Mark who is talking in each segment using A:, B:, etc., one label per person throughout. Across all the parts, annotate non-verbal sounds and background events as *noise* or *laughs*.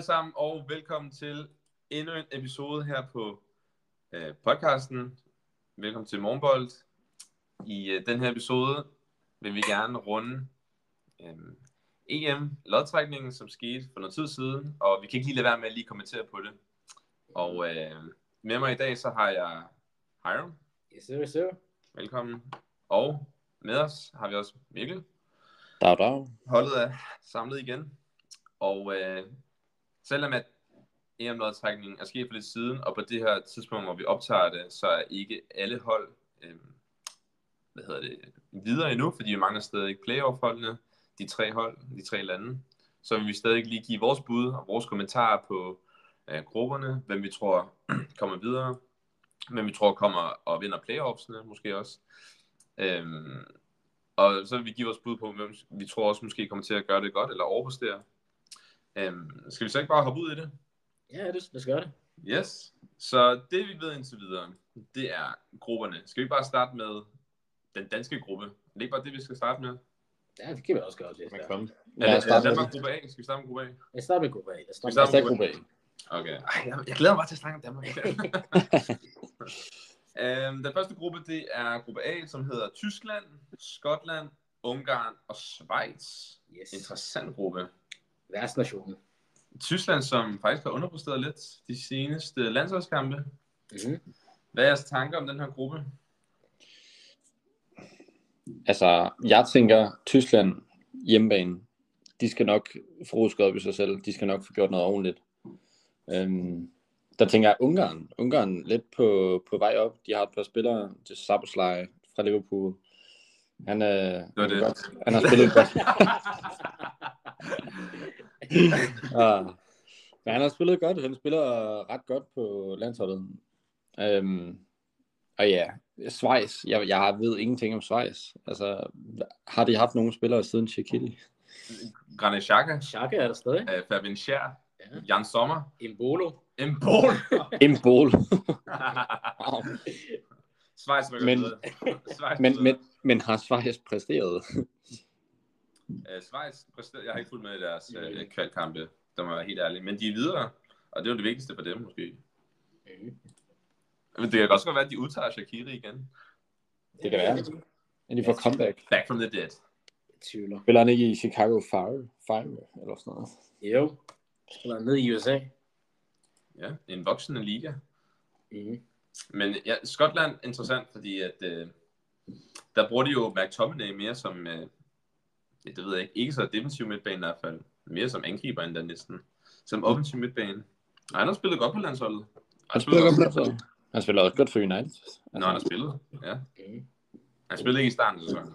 A: sammen, og velkommen til endnu en episode her på øh, podcasten. Velkommen til Morgenbold. I øh, den her episode vil vi gerne runde øh, EM-lodtrækningen, som skete for noget tid siden, og vi kan ikke lige lade være med at lige kommentere på det. Og øh, med mig i dag, så har jeg Hiram.
B: Yes, sir, sir.
A: Velkommen. Og med os har vi også Mikkel.
C: Dag, dag.
A: Holdet er samlet igen. Og øh, selvom at em lodtrækningen er sket for lidt siden, og på det her tidspunkt, hvor vi optager det, så er ikke alle hold øh, hvad hedder det, videre endnu, fordi vi mangler stadig playoff-holdene, de tre hold, de tre lande. Så vil vi stadig lige give vores bud og vores kommentarer på øh, grupperne, hvem vi tror *clears throat* kommer videre, hvem vi tror kommer og vinder playoffsene måske også. Øhm, og så vil vi give vores bud på, hvem vi tror også måske kommer til at gøre det godt, eller overpresterer. Øhm, skal vi så ikke bare hoppe ud i det?
B: Ja, det, lad os gøre det.
A: Yes. Så det vi ved indtil videre, det er grupperne. Skal vi ikke bare starte med den danske gruppe? Er det ikke bare det, vi skal starte med?
B: Ja, det kan vi også gøre. Det,
C: Man kom.
A: Er
C: Lad os
A: det, er
C: starte med
A: Danmark
C: det.
A: gruppe A? Skal vi starte med gruppe A?
B: Lad os starte med gruppe A. Lad os
A: Vi
B: starte
A: starter
B: med
A: med
C: Start gruppe A.
A: Okay. Ej, jeg, jeg glæder mig bare til at snakke om Danmark. *laughs* øhm, den første gruppe, det er gruppe A, som hedder Tyskland, Skotland, Ungarn og Schweiz.
B: Yes.
A: Interessant gruppe.
B: Værtsnationen.
A: Tyskland, som faktisk har underpresteret lidt de seneste landsholdskampe.
B: Mm-hmm.
A: Hvad er jeres tanker om den her gruppe?
C: Altså, jeg tænker, Tyskland, hjemmebane, de skal nok få rusket op i sig selv. De skal nok få gjort noget ordentligt. Øhm, der tænker jeg, Ungarn. Ungarn lidt på, på vej op. De har et par spillere til Saboslej fra Liverpool. Han, øh,
A: var
C: han, kan
A: det.
C: Godt, han har spillet godt. *laughs* Ah. Men han har spillet godt. Han spiller ret godt på landsholdet. Øhm, og ja, Schweiz. Jeg, jeg ved ingenting om Schweiz. Altså, har de haft nogle spillere siden Shaquille?
A: Granit Xhaka,
B: Chaka er der stadig.
A: øh, Fabien Schär,
B: Ja.
A: Jan Sommer,
B: Imbolo.
A: Embol.
C: Imbol.
A: *laughs* Schweiz rykker
C: Men-
A: videre. Schweiz
C: men,
A: videre.
C: men, men har Schweiz præsteret?
A: Øh, Schweiz præsterede, jeg har ikke fulgt med i deres øh, kvalkampe, der må jeg være helt ærlig. Men de er videre, og det er jo det vigtigste for dem måske.
B: Mm.
A: Men det kan også godt være, at de udtager Shakiri igen.
C: Det kan være. Men de får comeback.
A: Back from the dead.
B: Jeg tvivler.
C: Spiller han ikke i Chicago Fire? Fire eller sådan noget?
B: Jo. Spiller ned i USA.
A: Ja, en voksende liga.
B: Mm.
A: Men ja, Skotland interessant, fordi at, øh, der bruger de jo McTominay mere som, øh, ja, det ved jeg ikke, ikke så defensiv midtbane i hvert fald. Mere som angriber endda næsten. Som offensiv midtbane. Og han har spillet godt på landsholdet. Og
C: Han spiller godt på landsholdet. Altså, Han spiller også godt for United. Altså,
A: Når han har spillet, ja.
B: Mm.
A: Han spillede ikke i starten af sæsonen. Men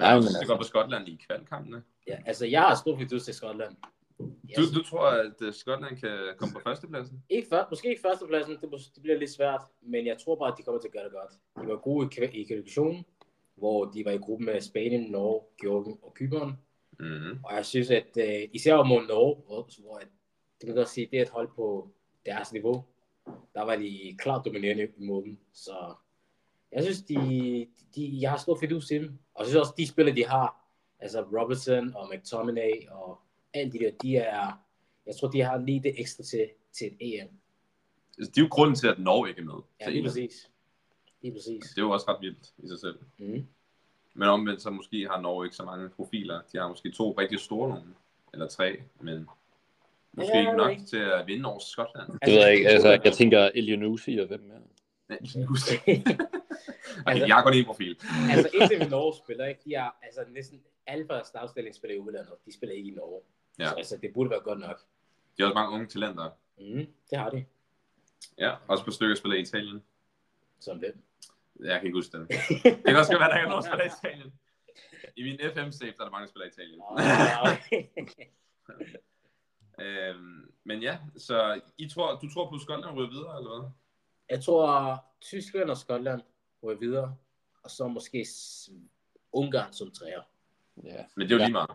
C: Nej,
A: jeg
C: men
A: synes, det
C: altså-
A: går på Skotland i kvalkampene.
B: Ja, altså, jeg har stor fidus til Skotland. Jeg
A: Du, du tror, at øh, Skotland kan komme på førstepladsen?
B: Ikke før, måske ikke førstepladsen, det, mås- det bliver lidt svært, men jeg tror bare, at de kommer til at gøre det godt. De var gode i kva- i kvalifikationen, hvor de var i gruppen med Spanien, Norge, Georgien og Kypern.
A: Mm-hmm.
B: Og jeg synes, at øh, især mod Norge, hvor, hvor at, det kan godt sige, det er et hold på deres niveau, der var de klart dominerende imod dem. Så jeg synes, de, de, jeg har stor fidus til dem. Og jeg synes også, de spillere, de har, altså Robertson og McTominay og alle de der, de er, jeg tror, de har lige det ekstra til, til et EM.
A: Det Altså, er jo grunden til, at Norge ikke er med.
B: Ja,
A: Så
B: lige
A: egentlig,
B: præcis. Lige præcis.
A: det er jo også ret vildt i sig selv.
B: Mm.
A: Men omvendt så måske har Norge ikke så mange profiler. De har måske to rigtig store nogen. Eller tre, men måske
B: Ja,
A: ja, ikke
B: jeg
A: nok
B: ved
A: ikke.
B: ikke.
A: til at vinde over Skotland. *laughs*
C: Det ved jeg ikke. Altså, jeg tænker Elionusi og hvem mere.
A: Ja, lige pludselig.
B: *laughs* Altså-
A: Okay, jeg har kun én profil.
B: altså indtil vi Norge spiller, ikke? De er, altså næsten alle deres afstilling spiller i udlandet. De spiller ikke i Norge.
A: Ja.
B: Ja. Så altså, det burde være godt nok.
A: De har også mange unge talenter.
B: Mm, det har de.
A: Ja, også på stykker spiller i Italien.
B: Som
C: *laughs*
B: hvem?
A: Jeg kan ikke huske dem. Det kan også godt være, der ikke er nogen, der spiller i Italien. I min FM-safe, der er der mange, der spiller i Italien. øhm, men ja, så I tror, du tror på at Skotland ryger videre, eller hvad?
B: jeg tror, Tyskland og Skotland går videre. Og så måske s- Ungarn som træer.
C: Ja.
A: Men det er jo
C: Ja.
A: lige meget.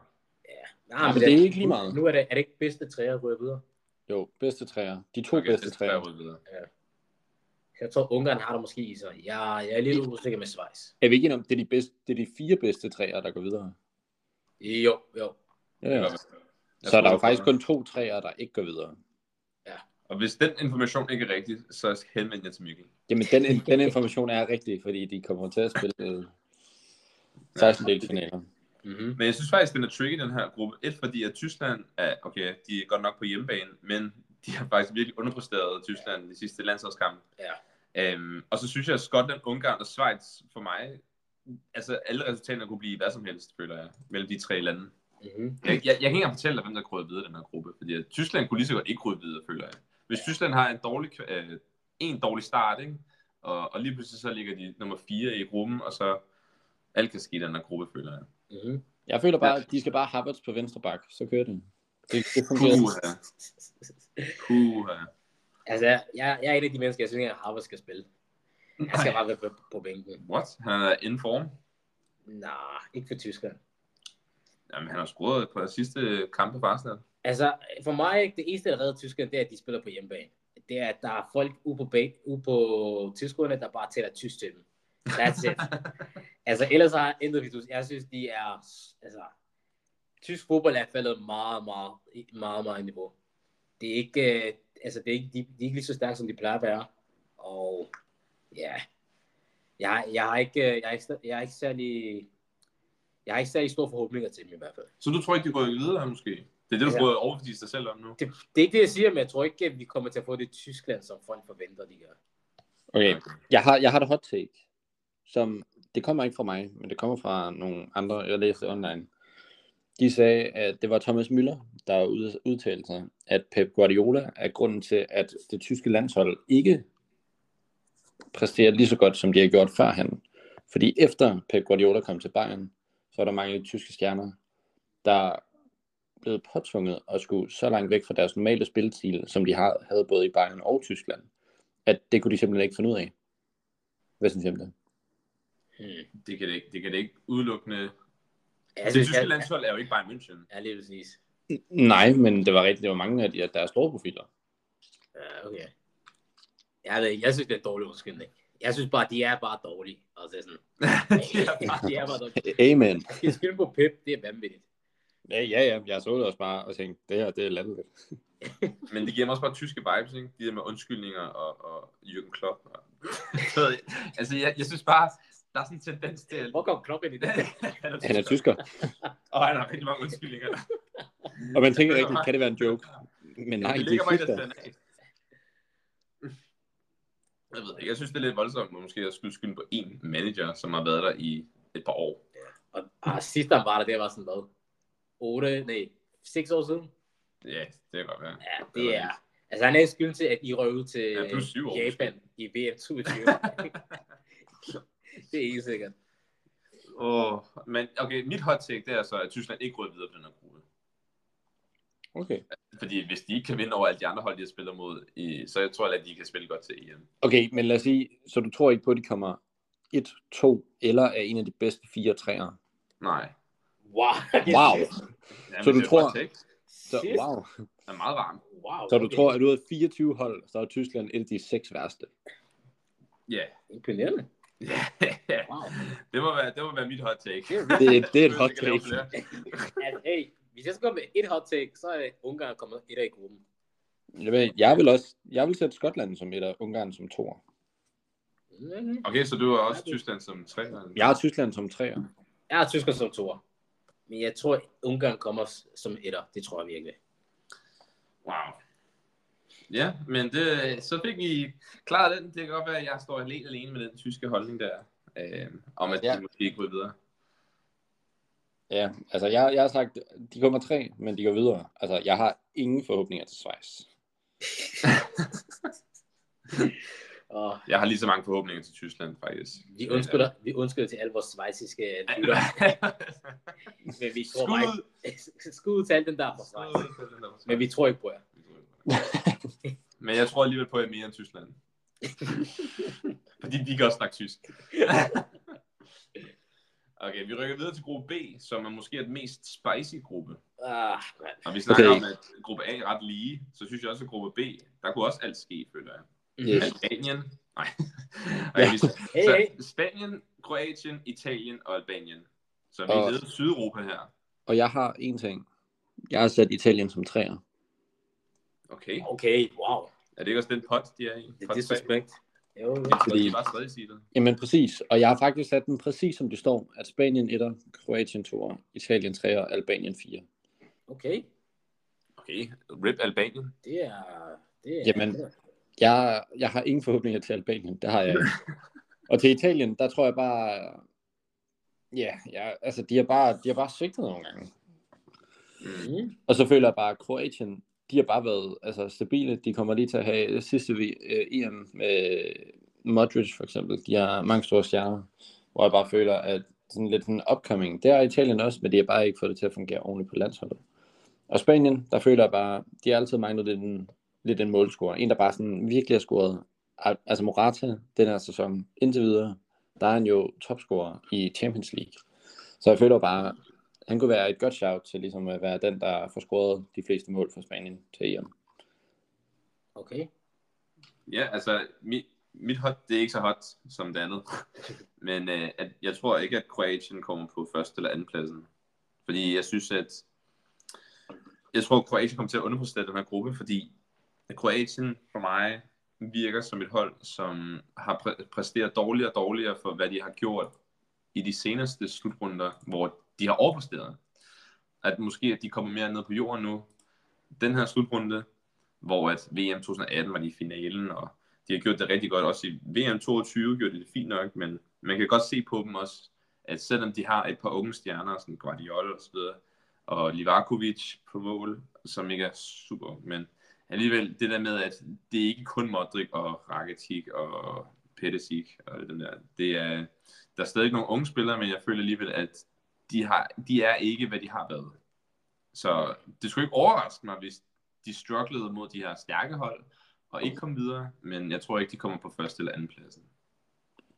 B: Nej,
C: men det er ikke lige meget.
B: Nu er det, er det ikke bedste træer at ryge videre.
C: Jo, bedste træer. De to okay,
A: Okay,
C: bedste
A: så tror jeg,
C: træer.
A: jeg ryger videre.
B: Jeg tror, Ungarn har det måske i sig. Jeg, jeg er lidt usikker med Schweiz.
C: Er vi ikke enige om, det er de, bedste, det er de fire bedste træer, der går videre?
B: Jo, jo.
C: Ja,
A: Det
C: ja.
A: kan godt være. Jeg
C: så
A: tror,
C: er der jo
A: det er
C: faktisk
A: godt.
C: kun to træer, der ikke går videre.
A: Og hvis den information ikke er rigtig, så henvend jer til Mikkel.
C: Jamen, den, den information er rigtig, fordi de kommer til at spille øh, 16 delfinaler.
B: Mm-hmm.
A: Men jeg synes faktisk, den er tricky, den her gruppe. Et, fordi at Tyskland er, okay, de er godt nok på hjemmebane, men de har faktisk virkelig underpresteret Tyskland i de sidste landsholdskampe.
B: Ja.
A: Øhm, og så synes jeg, at Skotland, Ungarn og Schweiz for mig, altså alle resultaterne kunne blive hvad som helst, føler jeg, mellem de tre lande.
B: Mm-hmm.
A: Jeg, jeg, jeg kan ikke engang fortælle dig, hvem der krydder videre i den her gruppe, fordi at Tyskland kunne lige så godt ikke krydde videre, føler jeg. Hvis Tyskland har en dårlig, kva- øh, en dårlig start, ikke? Og, og lige pludselig så ligger de nummer 4 i gruppen, og så alt kan ske i den her gruppe, føler jeg.
B: Mm-hmm.
C: Jeg føler bare,
A: Ja.
C: at de skal bare Havertz på venstre bak, så kører den. Det, det fungerer.
A: Puha, puha.
B: altså, jeg, jeg er en af de mennesker, jeg synes ikke, at Harvard skal spille. Han skal
A: Nej.
B: bare være på, på bænken.
A: What? Han er in form.
B: Nej, ikke for Tyskland.
A: Jamen, han har scoret på de sidste kampe for Arsenal.
B: Altså, for mig, ikke, det eneste, der redder Tyskland, det er, at de spiller på hjemmebane. Det er, at der er folk ude på, bag, ude på tilskuerne, der bare tæller tysk til dem. That's it. altså, ellers har jeg intet vidus. Jeg synes, de er... Altså, tysk fodbold er faldet meget, meget, meget, meget i niveau. Det er ikke, øh, altså, det er ikke, de, de er ikke lige så stærke, som de plejer at være. Og ja, yeah. jeg, jeg, har ikke, øh, jeg, er ikke, sta- jeg er ikke særlig... Jeg har ikke særlig store forhåbninger til dem i hvert fald.
A: Så du tror ikke, de går videre, måske? Det er det, du
B: Ja.
A: prøver at overbevise dig selv om nu.
B: det, det er ikke det, jeg siger, men jeg tror ikke, at vi kommer til at få det Tyskland, som folk forventer, de gør.
C: Okay, jeg har, jeg har et hot take, som, det kommer ikke fra mig, men det kommer fra nogle andre, jeg læste online. De sagde, at det var Thomas Müller, der ud- udtalte sig, at Pep Guardiola er grunden til, at det tyske landshold ikke præsterer lige så godt, som de har gjort før han. Fordi efter Pep Guardiola kom til Bayern, så er der mange tyske stjerner, der blevet påtvunget at skulle så langt væk fra deres normale spilstil, som de har, havde både i Bayern og Tyskland, at det kunne de simpelthen ikke finde ud af. Hvad synes I om det?
B: Hmm.
A: Det kan det ikke, det kan det ikke udelukkende.
B: Jeg
A: Det
B: synes,
A: tyske
B: jeg,
A: landshold er jo ikke bare i München.
B: jeg, lige præcis.
C: Nej, men det var rigtigt. Det var mange af de, at der er store profiler.
B: Ja, okay. Jeg, ved ikke, jeg synes, det er en dårlig undskyldning. Jeg synes bare, de er bare dårlige. Altså, det
A: *laughs*
B: er sådan,
A: De er bare-
B: de er bare dårlige.
C: Amen.
B: At De spiller på Pep, det er vanvittigt.
C: Ja, ja, ja. Jeg så det også bare og tænkte, det her, det er landet.
A: Men det giver mig også bare tyske vibes, ikke? De der med undskyldninger og, og Jürgen Klopp. Og... *laughs* Så, altså, jeg, jeg synes bare, der er sådan en tendens til... at- *laughs*
B: Hvor kom Klopp ind i det?
C: Han er tysker.
A: Og han har rigtig mange undskyldninger.
C: Og man tænker rigtigt, kan det være en joke? Men nej,
A: det
C: det
A: ligger
C: er
A: bare i deres
C: tysker.
A: DNA. Jeg ved ikke, jeg synes, det er lidt voldsomt, måske at skyde skylden på én manager, som har været der i et par år.
B: Og, og sidst han var der, det var sådan noget. 8, nej, 6 år siden?
A: Ja, det kan godt være.
B: Ja,
A: Det var
B: det er... Altså, han er ikke skyld til, at I røg ud til øh,
A: Ja, plus syv år,
B: Japan i
A: *laughs*
B: VM22. det er ikke sikkert.
A: Åh, men okay, mit hot take, det er så, at Tyskland ikke ryger videre på den her gruppe.
C: Okay.
A: Fordi hvis de ikke kan vinde over alle de andre hold, de har spillet mod, i, så jeg tror jeg, at de kan spille godt til EM.
C: okay, men lad os sige, så du tror ikke på, at de kommer 1, 2 eller er en af de bedste fire træer?
A: Nej.
B: Wow. *laughs*
C: Wow.
A: Ja,
C: Så du tror- Så,
B: Shit.
C: wow.
A: Den er meget varm.
B: Wow,
C: Så du
B: okay.
C: tror, at ud af 24 hold, så er Tyskland et af de seks værste.
A: Ja. *laughs*
B: Imponerende.
A: Yeah.
B: Wow.
A: det, må være, det må være mit hot take.
B: Det er
C: Det,
B: vildt.
C: det er et
A: Jeg
C: hot
A: kan lave
C: take.
A: flere.
B: Altså, hey, hvis jeg skal komme med et hot take, så er Ungarn kommet et af i gruppen.
C: Jeg ved- Jeg vil også jeg vil sætte Skotland som et og Ungarn som toer.
B: Mm-hmm.
A: Okay, så du er også Tyskland som tre.
C: Jeg har Tyskland som treer.
B: Jeg har tysker som toer. Men jeg tror, Ungarn kommer s- som etter. Det tror jeg virkelig.
A: Wow. Ja, men det, så fik vi klaret den. Det kan godt være, at jeg står helt alene med den tyske holdning der. Øh, om at ja.
C: Ja.
A: de måske ikke går videre.
C: Ja, altså jeg, jeg har sagt, de kommer tre, men de går videre. Altså jeg har ingen forhåbninger til Schweiz.
B: Og
A: Jeg har lige så mange forhåbninger til Tyskland, faktisk.
B: vi
A: *laughs*
B: undskylder, vi undskylder til alle vores svejsiske lytter, men vi tror bare
A: Skud!
B: ikke. Skud til alt den der er fra Schweiz. Men vi tror ikke på jer.
A: Men jeg tror alligevel på, at jeg er mere end
B: *laughs*
A: Tyskland. Fordi de kan også snakke tysk. okay, vi rykker videre til gruppe B, som er måske den mest spicy gruppe.
B: Ah, mand.
A: Og vi snakker
C: Okay.
A: okay. om, at gruppe A er ret lige, så synes jeg også, at gruppe B, der kunne også alt ske, føler jeg.
C: Yes.
A: Albanien. Nej. Okay, vi,
B: Hey,
A: så
B: hey.
A: Spanien, Kroatien, Italien og Albanien. Så vi
C: Og-
A: er nede i Sydeuropa her.
C: Og jeg har en ting. Jeg har sat Italien som træer.
A: Okay.
B: Mm-hmm. Okay, wow.
A: Er det ikke også den pot, de er i?
B: Det
A: Pot
B: er
A: tre?
B: disrespect. Jo, jo.
A: Jeg tror,
C: Fordi-
A: de var stadig seedet.
C: Jamen præcis, og jeg har faktisk sat den præcis som det står, at Spanien 1'er, Kroatien 2'er, Italien 3'er, Albanien 4'er.
B: Okay,
A: Okay, rip Albanien.
B: det er... Det er
C: Jamen. Jeg, jeg har ingen forhåbninger til Albanien, det har jeg *laughs* ikke. og til Italien, der tror jeg bare, ja, ja altså de har bare, de har bare svigtet nogle gange.
A: Mm.
B: Mm.
C: Og så føler jeg bare, at Kroatien, de har bare været altså, stabile. De kommer lige til at have sidste vi, øh, EM med Modric for eksempel. De har mange store stjerner, hvor jeg bare føler, at sådan lidt en upcoming. Det er Italien også, men de har bare ikke fået det til at fungere ordentligt på landsholdet. Og Spanien, der føler jeg bare, de har altid manglet lidt en, lidt en målscorer. En, der bare sådan virkelig har scoret. Al- Altså Morata, den her sæson, indtil videre, der er han jo topscorer i Champions League. Så jeg føler bare, han kunne være et godt shout til ligesom at være den, der får scoret de fleste mål for Spanien til E EM.
B: Okay.
A: Ja, altså, mit, mit hot, det er ikke så hot som det *laughs* andet. Men øh, at, jeg tror ikke, at Kroatien kommer på første eller anden pladsen. Fordi jeg synes, at... Jeg tror, at Kroatien kommer til at underprostere den her gruppe, fordi Kroatien for mig virker som et hold, som har præ- præsteret dårligere og dårligere for, hvad de har gjort i de seneste slutrunder, hvor de har overpresteret. At måske, at de kommer mere ned på jorden nu. Den her slutrunde, hvor at VM 2018 var de i finalen, og de har gjort det rigtig godt. Også i VM 22 gjorde de det fint nok, men man kan godt se på dem også, at selvom de har et par unge stjerner, sådan Guardiola og så videre, og Livakovic på mål, som ikke er super, men alligevel det der med, at det er ikke kun Modric og Rakitic og Pedersig og den der. Det er, der er stadig nogle unge spillere, men jeg føler alligevel, at de, har, de er ikke, hvad de har været. Så det skulle ikke overraske mig, hvis de strugglede mod de her stærke hold, og ikke kom videre, men jeg tror ikke, de kommer på første eller anden pladsen.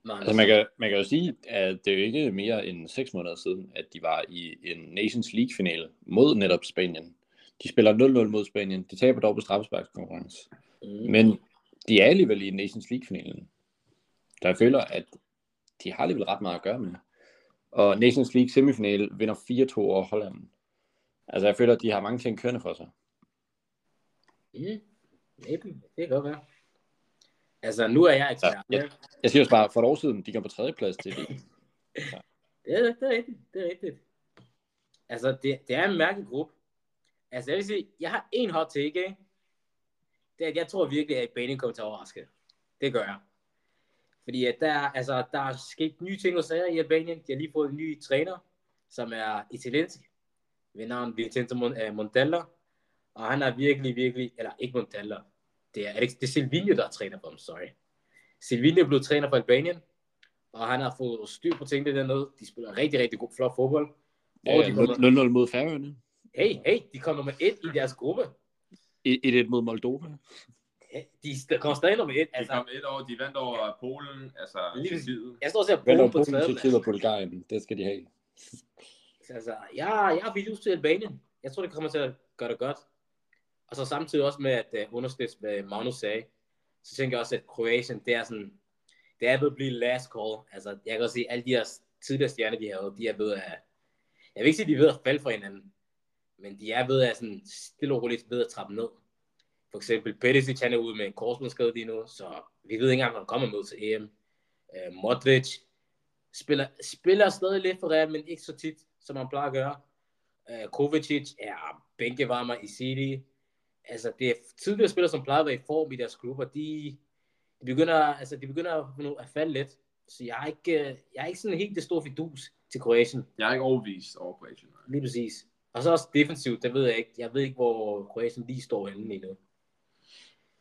B: Nej,
C: Altså man kan, man kan jo sige, at det er jo ikke mere end 6 måneder siden, at de var i en Nations League-finale mod netop Spanien. De spiller 0-0 mod Spanien. De taber dog på straffesparkskonkurrence.
B: mm.
C: Men de er alligevel i Nations League-finalen. Så jeg føler, at de har alligevel ret meget at gøre med. Og Nations League semifinale vinder 4-2 over Holland. Altså jeg føler, at de har mange ting kørende for sig.
B: Mm. Maybe. Det kan godt være. Altså, nu er jeg ekspert.
C: Ja,
B: Ja,
C: ja. Jeg siger også bare, for et år siden, de kom på tredjeplads til E VM.
B: Det, er, det er rigtigt. Det er rigtigt. Altså, det, det er en mærkelig gruppe. Altså, jeg vil sige, jeg har en hot take, ikke? Det er, at jeg tror virkelig, at Albanien kommer til at overraske. Det gør jeg. Fordi at der, er- altså, der er sket nye ting og sager i Albanien. De har lige fået en ny træner, som er italiensk, ved navn Vincenzo Mon- øh, Montella. Og han er virkelig, virkelig, eller ikke Montella. Det er, Alex, det er Silvino, der er træner for dem, sorry. Silvino blev træner for Albanien, og han har fået styr på tingene dernede. De spiller rigtig, rigtig god, flot fodbold. Og
C: Ja,
B: de kommer,
C: 0-0 Øh, mod Færøerne.
B: hey, hey, de kom nummer et i deres gruppe.
C: 1-1 mod Moldova.
B: Ja, De st- kommer stadig nummer et.
A: De
B: Altså,
A: kom et år, de vandt over Polen, altså
B: Lige præcis.
A: Tyrkiet.
B: Jeg står også og
C: Hvad
B: bruger
C: der
B: på
C: Polen, Tyrkiet
B: tredje.
C: og Bulgarien? Det skal de have.
B: Altså, jeg, jeg har videos til Albanien. Jeg tror, det kommer til at gøre det godt. Og så samtidig også med at uh, understøtte, hvad Magnus sagde, så tænker jeg også, at Kroatien, det er sådan, det er ved at blive last call. Altså, jeg kan også se, at alle de her tidligere stjerner, de havde, de er ved at, jeg vil ikke sige, de er ved at falde for hinanden, men de er ved at sådan stille og roligt ved at trappe ned. For eksempel Pedersic, han er ude med en korsmålskade lige nu, så vi ved ikke engang, om han kommer med til EM. Uh, Modric, spiller, spiller stadig lidt for Real, men ikke så tit, som han plejer at gøre. Uh, Kovacic er bænkevarmer i City. Altså, det er tidligere spillere, som plejer at være i form i deres klubber, de, de begynder, altså, de begynder at, nu at falde lidt. Så jeg er ikke, øh, jeg er ikke sådan helt det store fidus til Kroatien,
A: Jeg er ikke overbevist over Kroatien. nej.
B: lige præcis. Og så også defensivt, det ved jeg ikke. Jeg ved ikke, hvor Kroatien lige står henne lige nu.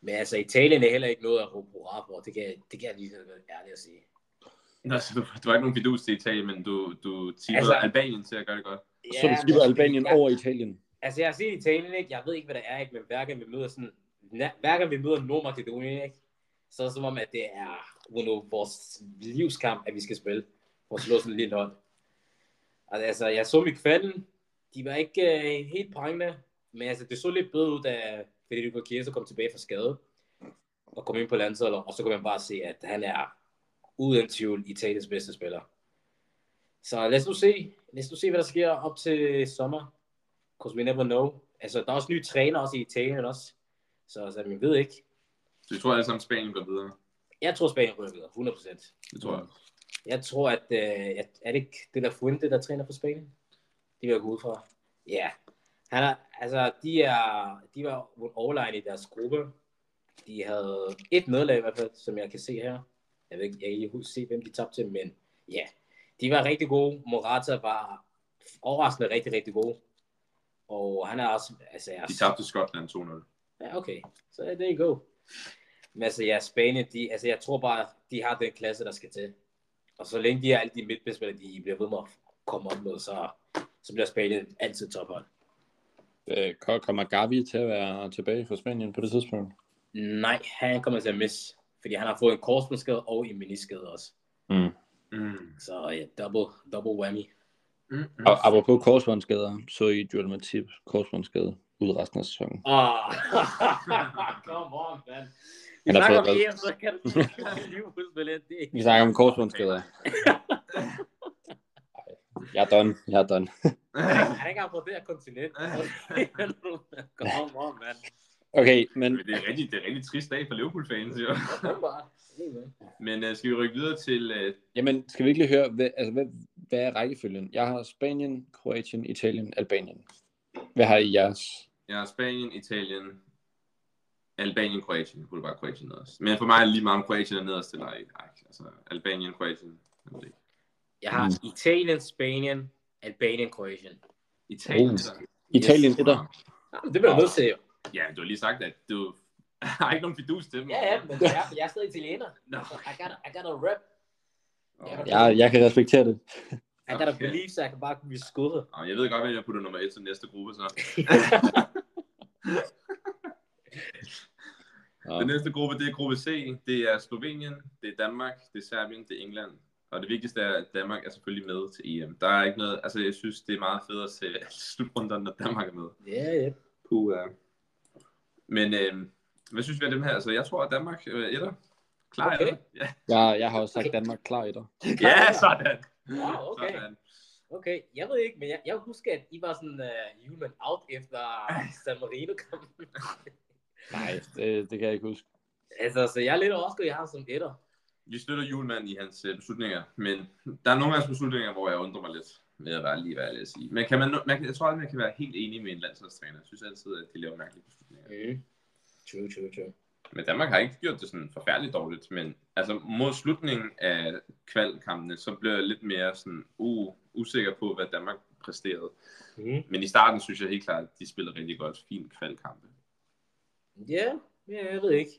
B: Men altså, Italien er heller ikke noget at råbe hurra for. Det kan, det kan jeg lige så godt ærligt at sige.
A: Nå, så Altså, du, du var ikke nogen fidus til Italien, men du, du tippede altså,
B: Altså-
A: Albanien til at gøre det godt.
C: Så du skipper Albanien
B: Ja.
C: over Italien.
B: Altså, jeg har set Italien, ikke? Jeg ved ikke, hvad der er, ikke? Men hver gang vi møder sådan... na- Hver gang vi møder Nordmakedonien, ikke? Så er det som om, at det er you know, vores livskamp, at vi skal spille. For at slå sådan en lille hold. Altså, altså jeg så dem i kvalden. De var ikke øh, helt prangende. Men altså, det så lidt bedre ud, da Federico Chiesa kom tilbage fra skade. Og kom ind på landsholdet. Og så kunne man bare se, at han er uden tvivl Italiens bedste spiller. Så lad os nu se. Lad os nu se, hvad der sker op til sommer Because we never know. Altså, der er også nye træner også i Italien også. Så altså, man ved ikke.
A: Så jeg tror alle sammen, Spanien går videre.
B: Jeg tror, Spanien rykker videre, 100%.
A: Det tror jeg.
B: Jeg tror, at... Øh, at- er det ikke det der Fuente, der træner for Spanien? Det vil jeg gå ud fra. Ja. Han er, altså, de, er, de var overline i deres gruppe. De havde et nederlag i hvert fald, som jeg kan se her. Jeg ved ikke, jeg kan ikke huske se, hvem de tabte til, men ja. De var rigtig gode. Morata var overraskende rigtig, rigtig god. Og han er også... Altså, jeg
A: De tabte Skotland 2-0.
B: Ja, okay. Så there you go. Men altså, ja, Spanien, de, altså, jeg tror bare, de har den klasse, der skal til. Og så længe de her, alle de midtbespillere, de bliver ved med at komme op med, så, så bliver Spanien altid tophold.
C: Øh, ko- kommer Gavi til at være tilbage for Spanien på det tidspunkt?
B: Nej, han kommer til at misse, fordi han har fået en korsbåndsskade og en meniskade også.
C: Mm. Mm-hmm.
A: Mm.
B: Så ja, double, double whammy.
A: Mm. Mm.
C: Og apropos korsbåndsskader, så I Joel Matip korsbåndsskade ud resten af sæsonen.
B: Åh, *laughs* come on, man. Vi
C: Han har
B: snakker om
C: fået red-
B: EM, så kan du snakke om Liverpool-billet. Det er
C: Vi snakker om korsbåndsskader. Ej, jeg er done, jeg er done.
B: Han er ikke engang på det her *laughs* kontinent. Come on, man.
C: Okay, men
A: Men *laughs* det er rigtig, det er en rigtig trist dag for Liverpool-fans, jo.
B: Åh,
A: Men øh, skal vi rykke videre til... Øh,
C: jamen, skal vi ikke lige høre, hvad, altså, hvad, hvad er rækkefølgen? Jeg har Spanien, Kroatien, Italien, Albanien. Hvad har I jeres?
A: ja, Spanien, Italien, Albanien, Kroatien. Kunne det bare Kroatien nederst. Men for mig er det lige meget om Kroatien er nederst eller ej. Ej, Altså, Albanien, Kroatien. Jeg ved det ikke.
B: Jeg har Italien, Spanien, Albanien, Kroatien.
A: Italien.
C: Oh.
A: eller?
C: Italien,
B: Yes.
C: det der.
B: Jamen, det bliver du nødt til, jo.
A: Ja, men du har lige sagt, at du *laughs* har ikke nogen fidus til dem.
B: Ja, ja, men jeg, jeg er stadig italiener.
A: Nå.
B: Så I gotta, I gotta rap.
A: Okay.
C: Jeg, jeg kan respektere det.
B: I gotta
A: Okay.
B: believe, så jeg kan bare blive skudt.
A: Nå, Jeg ved godt, at jeg putter nummer et til næste gruppe. Så. Den
C: Og,
A: næste gruppe, det er gruppe C. Det er Slovenien, det er Danmark, det er Serbien, det er England. Og det vigtigste er, at Danmark er selvfølgelig med til EM. Der er ikke noget, altså jeg synes, det er meget fedt at se *laughs* slutrunden, når Danmark er med.
B: Ja, ja.
A: Puh, ja. Men øh, hvad synes vi af dem her? Altså jeg tror, at Danmark øh, etter. Klar
B: Okay.
A: okay. etter. Ja.
C: jeg, jeg har jo sagt Danmark klar i dig.
A: ja, sådan.
B: Wow, okay.
A: Sådan.
B: Okay, jeg ved ikke, men jeg, jeg husker, at I var sådan uh, human out efter San *laughs* Marino-kampen.
C: Nej, det, det kan jeg ikke huske.
B: altså, så jeg er lidt overrasket, at I har som etter.
A: Vi støtter julemanden i hans øh, beslutninger, men der er nogle af hans beslutninger, hvor jeg undrer mig lidt med at være lige hvad jeg sige. Men kan man, nå- man, kan- jeg tror aldrig, man kan være helt enig med en landsholdstræner. Jeg synes altid, at de laver mærkelige beslutninger.
B: Mm. True, true, true.
A: Men Danmark har ikke gjort det sådan forfærdeligt dårligt, men altså mod slutningen af kvalkampene, så blev jeg lidt mere sådan uh, usikker på, hvad Danmark præsterede.
B: Mm.
A: Men i starten synes jeg helt klart, at de spillede rigtig godt, fint kvalkampe.
B: Ja, ja, jeg ved ikke.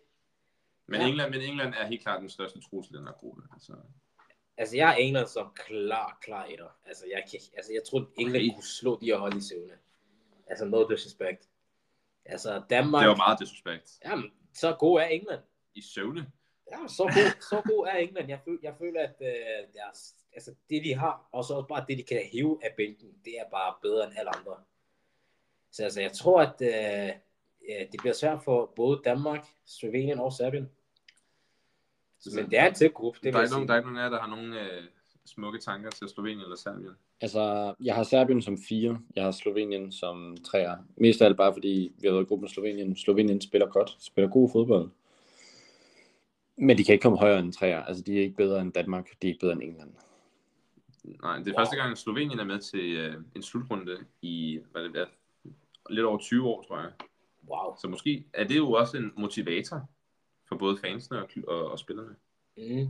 A: Men,
B: Ja.
A: ja. England, men England er helt klart den største trussel i den her gruppe. Altså,
B: Altså, jeg er England som klar, klar etter. Altså, jeg, kan, altså, jeg tror, England
A: Okay.
B: kunne slå de her hold i søvne. Altså, no disrespect. Altså, Danmark...
A: det var meget disrespekt.
B: Jamen, så god er England.
A: I søvne?
B: Jamen, så god, så god er England. Jeg, føl, jeg føler, at øh, deres, altså, det, de har, og så også bare det, de kan hive af bænken, det er bare bedre end alle andre. Så altså, jeg tror, at øh, øh, det bliver svært for både Danmark, Slovenien og Serbien. Men det er en tæt gruppe, det
A: der,
B: vil
A: er
B: jeg
A: ikke nogen,
B: sige.
A: der er ikke nogen af jer, der har nogen øh, smukke tanker til Slovenien eller Serbien.
C: Altså, jeg har Serbien som 4, jeg har Slovenien som 3. Mest af alt bare fordi vi har været i gruppen med Slovenien. Slovenien spiller godt, spiller god fodbold. Men de kan ikke komme højere end 3. Altså, de er ikke bedre end Danmark, de er ikke bedre end England.
A: Nej, det er
B: Wow.
A: wow. første gang, Slovenien er med til øh, en slutrunde i hvad det er, lidt over 20 år, tror jeg.
B: Wow.
A: Så måske er det jo også en motivator for både fansene og, kl- og, og spillerne.
B: Mm. Øh,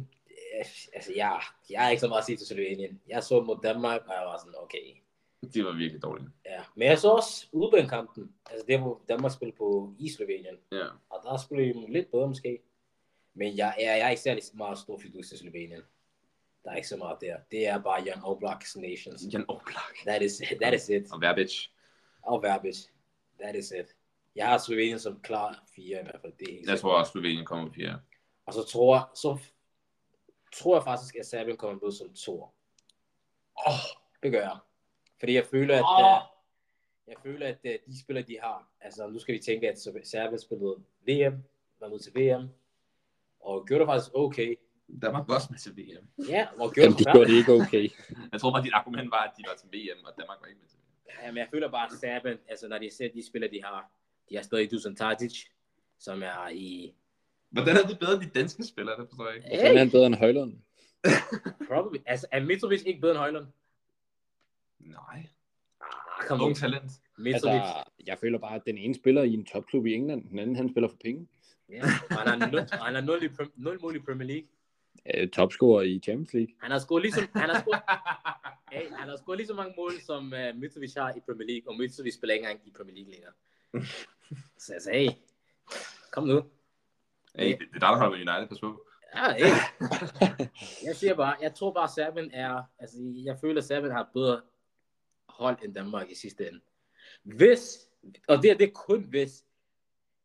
B: Altså, jeg, jeg har ikke så meget at sige til Slovenien. Jeg så mod Danmark, og jeg var sådan, okay.
A: Det var virkelig dårligt.
B: Ja. Men jeg så også udbanekampen. Altså, det hvor Danmark spillede på i Slovenien.
A: Ja.
B: Og der spillede de lidt bedre måske. Men jeg, jeg, jeg er ikke særlig meget stor fidus til Slovenien. Der er ikke så meget der. Det er bare Young Oblaks Nations.
A: Jan Oblak.
B: That is, that is it.
A: Og Verbic.
B: Og Verbis. That is it. Jeg har Slovenien som klar fire i hvert fald. Det er helt
A: Jeg tror også, Slovenien kommer på fjerde.
B: Og så tror, jeg- så f- tror jeg faktisk, at Serbien kommer med som to.
A: Åh.
B: Det gør jeg. Fordi jeg føler, at,
A: Åh.
B: oh. jeg føler, at øh, de spillere, de har, altså nu skal vi tænke, at Serbien spillede VM, var nødt til VM, og gjorde det faktisk okay.
A: Danmark var også med til VM.
B: Ja, og gjorde
C: Jamen,
B: det
C: de gjorde det ikke okay.
A: Jeg tror bare, dit argument var, at de var til VM, og Danmark var ikke med til VM.
B: Jamen, jeg føler bare, at Serben, altså når de ser de spiller, de har, de har stadig Dusan Tadic, som er i...
A: Hvordan er det bedre end de danske spillere, det forstår jeg ikke.
C: Jeg synes, han er bedre end Højlund.
B: Probably. Altså, er Mitrovic ikke bedre end Højlund?
A: Nej.
B: Ah, kom nu.
A: Ung talent.
B: Mitrovic.
C: Altså, jeg føler bare, at den ene spiller i en topklub i England, den anden han spiller for penge.
B: Ja. Og han har, nul, og han har nul, i, Prem- nul mål i Premier League.
C: Øh, topscorer i Champions League.
B: Han har scoret lige så, han har scoret, hey, han har scoret lige så mange mål, som uh, Mitrovic har i Premier League, og Mitrovic spiller ikke engang i Premier League længere. Så jeg sagde, hey, kom nu.
A: Hey, det, det er dig, der holder med United, pas på.
B: Ja, *laughs* ikke. jeg siger bare, jeg tror bare, Serbien er, altså jeg føler, at Serbien har et bedre hold end Danmark i sidste ende. Hvis, og det, er- det er kun hvis,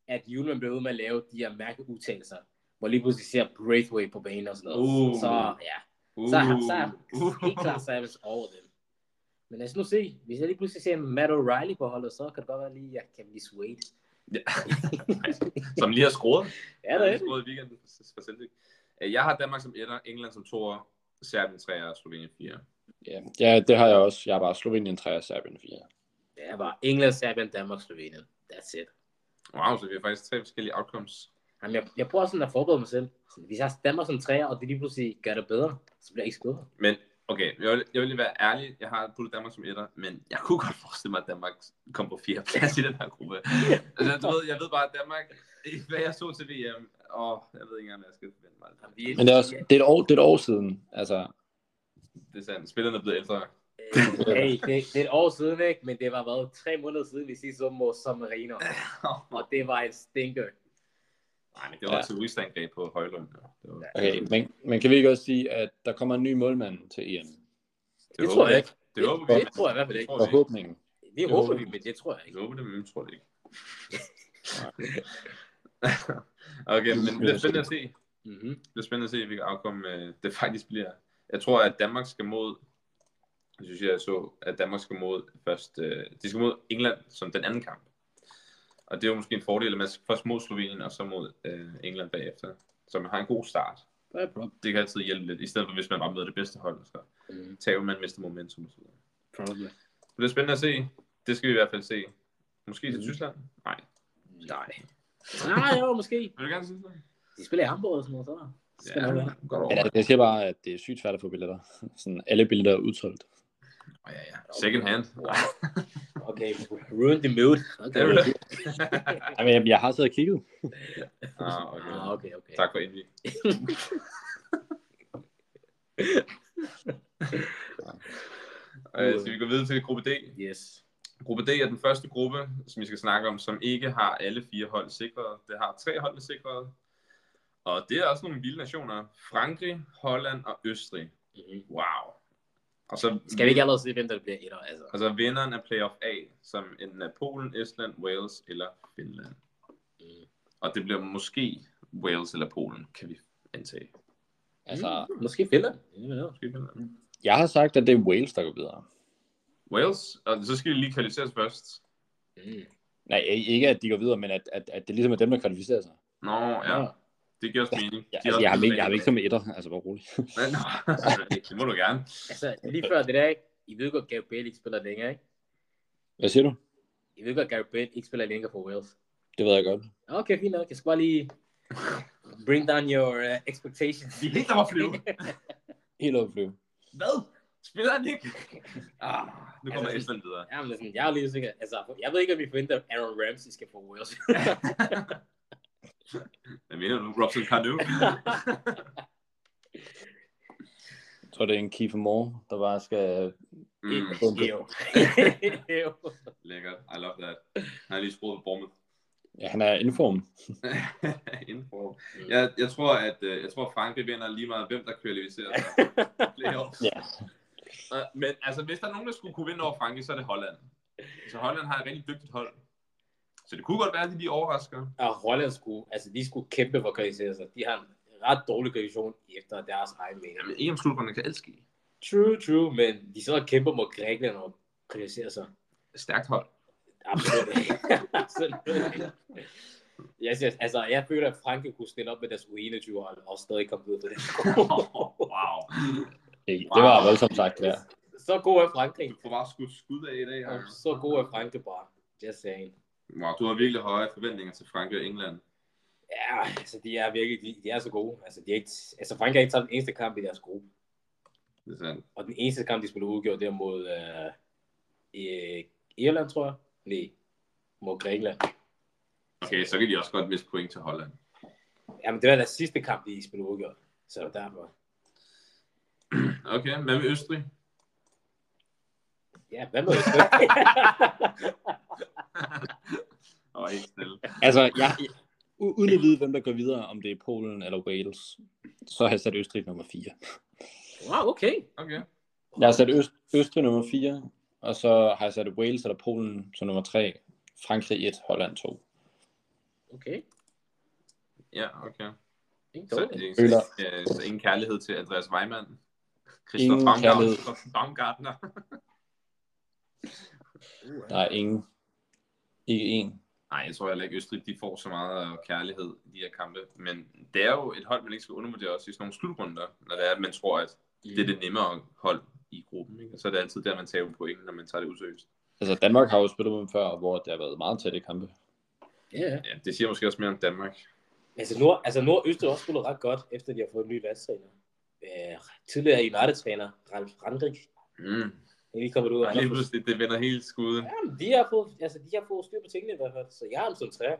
B: at Julman bliver ved med at lave de her mærke udtalelser, hvor lige pludselig ser Braithwaite på banen og sådan noget.
A: Uh.
B: Så ja,
A: Uh,
B: så er han, så er han
A: uh.
B: helt klart Serbien over dem. Men lad os nu se, hvis jeg lige pludselig ser Matt O'Reilly på holdet, så kan det godt være lige, at jeg kan blive swayed.
A: Ja. *laughs* Som lige har skruet.
B: Ja, det er det.
A: skruet i weekenden for- for Celtic. Øh, Jeg har Danmark som etter, England som toer, Serbien 3 og Slovenien 4.
C: Ja, ja, det har jeg også. Jeg har bare Slovenien 3 og Serbien 4.
B: Det er bare England, Serbien, Danmark, Slovenien. That's it.
A: Wow, så vi har faktisk tre forskellige outcomes.
B: Jamen, jeg, jeg prøver sådan at forberede mig selv. Sådan, Hvis jeg stemmer som træer, og det lige pludselig gør det bedre, så bliver jeg ikke skudt.
A: Men okay, jeg vil, jeg vil lige være ærlig. Jeg har puttet Danmark som etter, men jeg kunne godt forestille mig, at Danmark kom på fjerde plads i den her gruppe. altså, du ved, jeg ved bare, at Danmark, hvad jeg så til VM, og jeg ved ikke engang, hvad jeg skal forvente mig.
B: Jamen, vi-
C: Men det er, også, det er, et, år, det er et år siden. Altså,
A: Det er sandt. Spillerne er blevet ældre.
B: Øh, Hey, det, det, er et år siden, ikke? Men det var været tre måneder siden, vi sidst så mod San Marino. Og det var en stinker.
A: Nej, men det var
C: Ja.
A: ja. også terroristangreb på Højlund. jo. Det var...
C: okay, men, men kan vi ikke også sige, at der kommer en ny målmand til EM?
B: Det, tror jeg ikke.
A: Det håber vi.
B: Det, det tror jeg i hvert fald ikke.
A: Tror vi ikke.
C: Forhåbningen.
B: Det
A: Jo.
B: håber vi, men det tror jeg
A: Jeg
B: ikke.
A: håber det, men jeg tror det ikke. *laughs* okay, men det bliver spændende at se.
B: Mm-hmm.
A: Det bliver spændende at se, hvilket afkom øh, det faktisk bliver. Jeg tror, at Danmark skal mod... Jeg synes, jeg så, at Danmark skal mod først... Øh, de skal mod England som den anden kamp. Og det er jo måske en fordel, at man skal først mod Slovenien, og så mod øh, England bagefter. Så man har en god start. Det kan altid hjælpe lidt, i stedet for hvis man bare møder det bedste hold, så
B: Mm,
A: taber man mister momentum og så videre.
B: probably.
A: Det bliver spændende at se. Det skal vi i hvert fald se. Måske til
B: Mhm.
A: Tyskland? Nej.
B: Nej. Nej, jo, måske.
A: Vil du gerne til Tyskland?
B: De spiller i Hamburg og sådan noget, så. så skal
A: Ja,
B: det være.
A: godt over.
C: Men altså, jeg siger bare, at det er sygt svært at få billetter. *laughs* Sådan, alle billetter er udsolgt.
A: Åh, ja, ja. Second hand.
B: Okay, ruin the mood. Okay.
A: Det er det.
C: Ej, men jeg, jeg har siddet og kigget.
A: Ah, okay.
B: Ah, okay, okay.
A: Tak for
B: *laughs*
A: indvig. øh, skal vi gå videre til gruppe D?
B: Yes.
A: Gruppe D er den første gruppe, som vi skal snakke om, som ikke har alle fire hold sikret. Det har tre hold sikret. Og det er også nogle vilde nationer. Frankrig, Holland og Østrig.
B: Mhm.
A: Wow. Og så
B: Skal vi ikke allerede se, hvem der bliver etter? Altså?
A: Altså vinderen af playoff A, som enten er Polen, Estland, Wales eller Finland.
B: Mm.
A: Og det bliver måske Wales eller Polen, kan vi antage.
C: Altså,
B: Mm, måske Finland. You never know.
A: Måske Finland.
C: jeg har sagt, at det er Wales, der går videre.
A: Wales, og så skal vi lige kvalificeres først.
B: Mm.
C: Nej, i- ikke at de går videre, men at, at, at det ligesom er dem, der kvalificerer sig.
A: Nå, ja, det giver også mening.
C: Ja,
A: De
C: altså,
A: også
C: jeg har, dem
A: blevet
C: ikke, jeg har dem ikke som etter, altså bare roligt. *laughs*
A: valgt. Nej, nå, *laughs* selvfølgelig. det må du gerne.
B: Altså, lige før det der, ikke? I ved godt, Gareth Bale ikke spiller længere, ikke?
C: Hvad siger du?
B: I ved godt, Gareth Bale ikke spiller længere for Wales.
C: Det ved jeg godt.
B: Okay, fint nok. Jeg skal bare lige bring down your uh, expectations.
A: Vi er helt over at flyve.
C: Helt overflyvet.
A: Hvad? Spiller han ikke? Ah, nu kommer
B: Altså,
A: Estland videre.
B: *laughs* Jamen, det er sådan, jeg er lige sikker. Altså, jeg ved ikke, om vi forventer, at Aaron Ramsey skal få
A: *laughs*
B: Wales.
A: Hvad mener du? Robson
C: *laughs*
A: Cardew?
C: Jeg tror, det er en Kiefer Moore, der bare skal...
A: Mm,
B: Jo. Jo. *laughs*
A: lækkert. I love that. Han har lige spurgt på Bournemouth. *laughs*
C: Ja, han er inform.
A: Indenfor.
C: Mm.
A: Jeg, jeg tror, at øh, jeg tror, Frankrig vinder lige meget, hvem der kvalificerer
C: *laughs*
A: sig. til playoff.
C: Ja.
A: Øh, Men altså, hvis der er nogen, der skulle kunne vinde over Frankrig, så er det Holland. Så Holland har et rigtig dygtigt hold. Så det kunne godt være, at de lige overrasker.
B: Og Holland skulle, altså, de skulle kæmpe for at kvalificere sig. De har en ret dårlig kvalifikation efter deres egen mening.
A: Jamen, em slutrunden kan alt ske.
B: True, true, men de sidder og kæmper mod Grækenland og kritiserer sig.
A: Stærkt hold.
B: Absolut ikke. *laughs* Absolut ikke. Yes, yes. Altså, jeg føler, at Frankrig kunne stille op med deres U21-hold og stadig komme ud for det.
A: wow.
C: Det, det var voldsomt sagt, det der.
B: *laughs* Så god er Frankrig.
A: *laughs* Du får bare skudt skud af i dag. Jacob.
B: Så god er Frankrig bare. Just saying.
A: Wow, du har virkelig høje forventninger til Frankrig og England.
B: Ja, altså de er virkelig, de, de er så gode. Altså, de er ikke, altså Frankrig har ikke tabt den eneste kamp i deres gruppe.
A: Det er sandt.
B: Og den eneste kamp, de spillede udgjort, det er mod øh, øh, Irland, tror jeg. Nej, mod Grækenland.
A: Okay, så kan de også godt miste point til Holland.
B: Jamen, det var deres sidste kamp, de spillede udgjort. Så derfor.
A: Okay, hvad med Østrig?
B: Ja, hvad med Østrig?
A: Og helt stille.
C: Altså, jeg, jeg, u- uden at vide, hvem der går videre, om det er Polen eller Wales, så har jeg sat Østrig nummer 4.
B: wow, okay.
A: Okay.
C: Jeg har sat Øst, Østrig nummer 4, og så har jeg sat Wales eller Polen som nummer 3, Frankrig 1, Holland 2.
B: Okay.
A: Ja, okay.
B: Ikke
A: Så,
B: dårligt.
A: så,
C: Føler.
A: øh, så ingen kærlighed til Andreas Weimann.
C: Ingen
A: Christoph
C: kærlighed.
A: Baumgart- Christoph Baumgartner.
C: Der er ingen. Ikke en.
A: Nej, jeg tror heller ikke, Østrig de får så meget øh, kærlighed i de her kampe. Men det er jo et hold, man ikke skal undervurdere også i sådan nogle slutrunder, når det er, at man tror, at det er det nemmere hold i gruppen. Ikke? Og så er det altid der, man tager point, når man tager det useriøst.
C: Altså, Danmark har jo spillet dem før, hvor det har været meget tætte kampe.
B: Ja, ja.
A: Ja, det siger måske også mere om Danmark.
B: Altså, Nord, altså Nordøstrig har også spillet ret godt, efter de har fået en ny landstræner. Øh, tidligere United-træner, Ralf Randrik.
A: Mm.
B: Han er lige kommet ud af.
A: Lige pludselig, det vender hele skuden.
B: Jamen, de har fået, altså, de har fået styr på tingene i hvert fald, så jeg har dem som træer.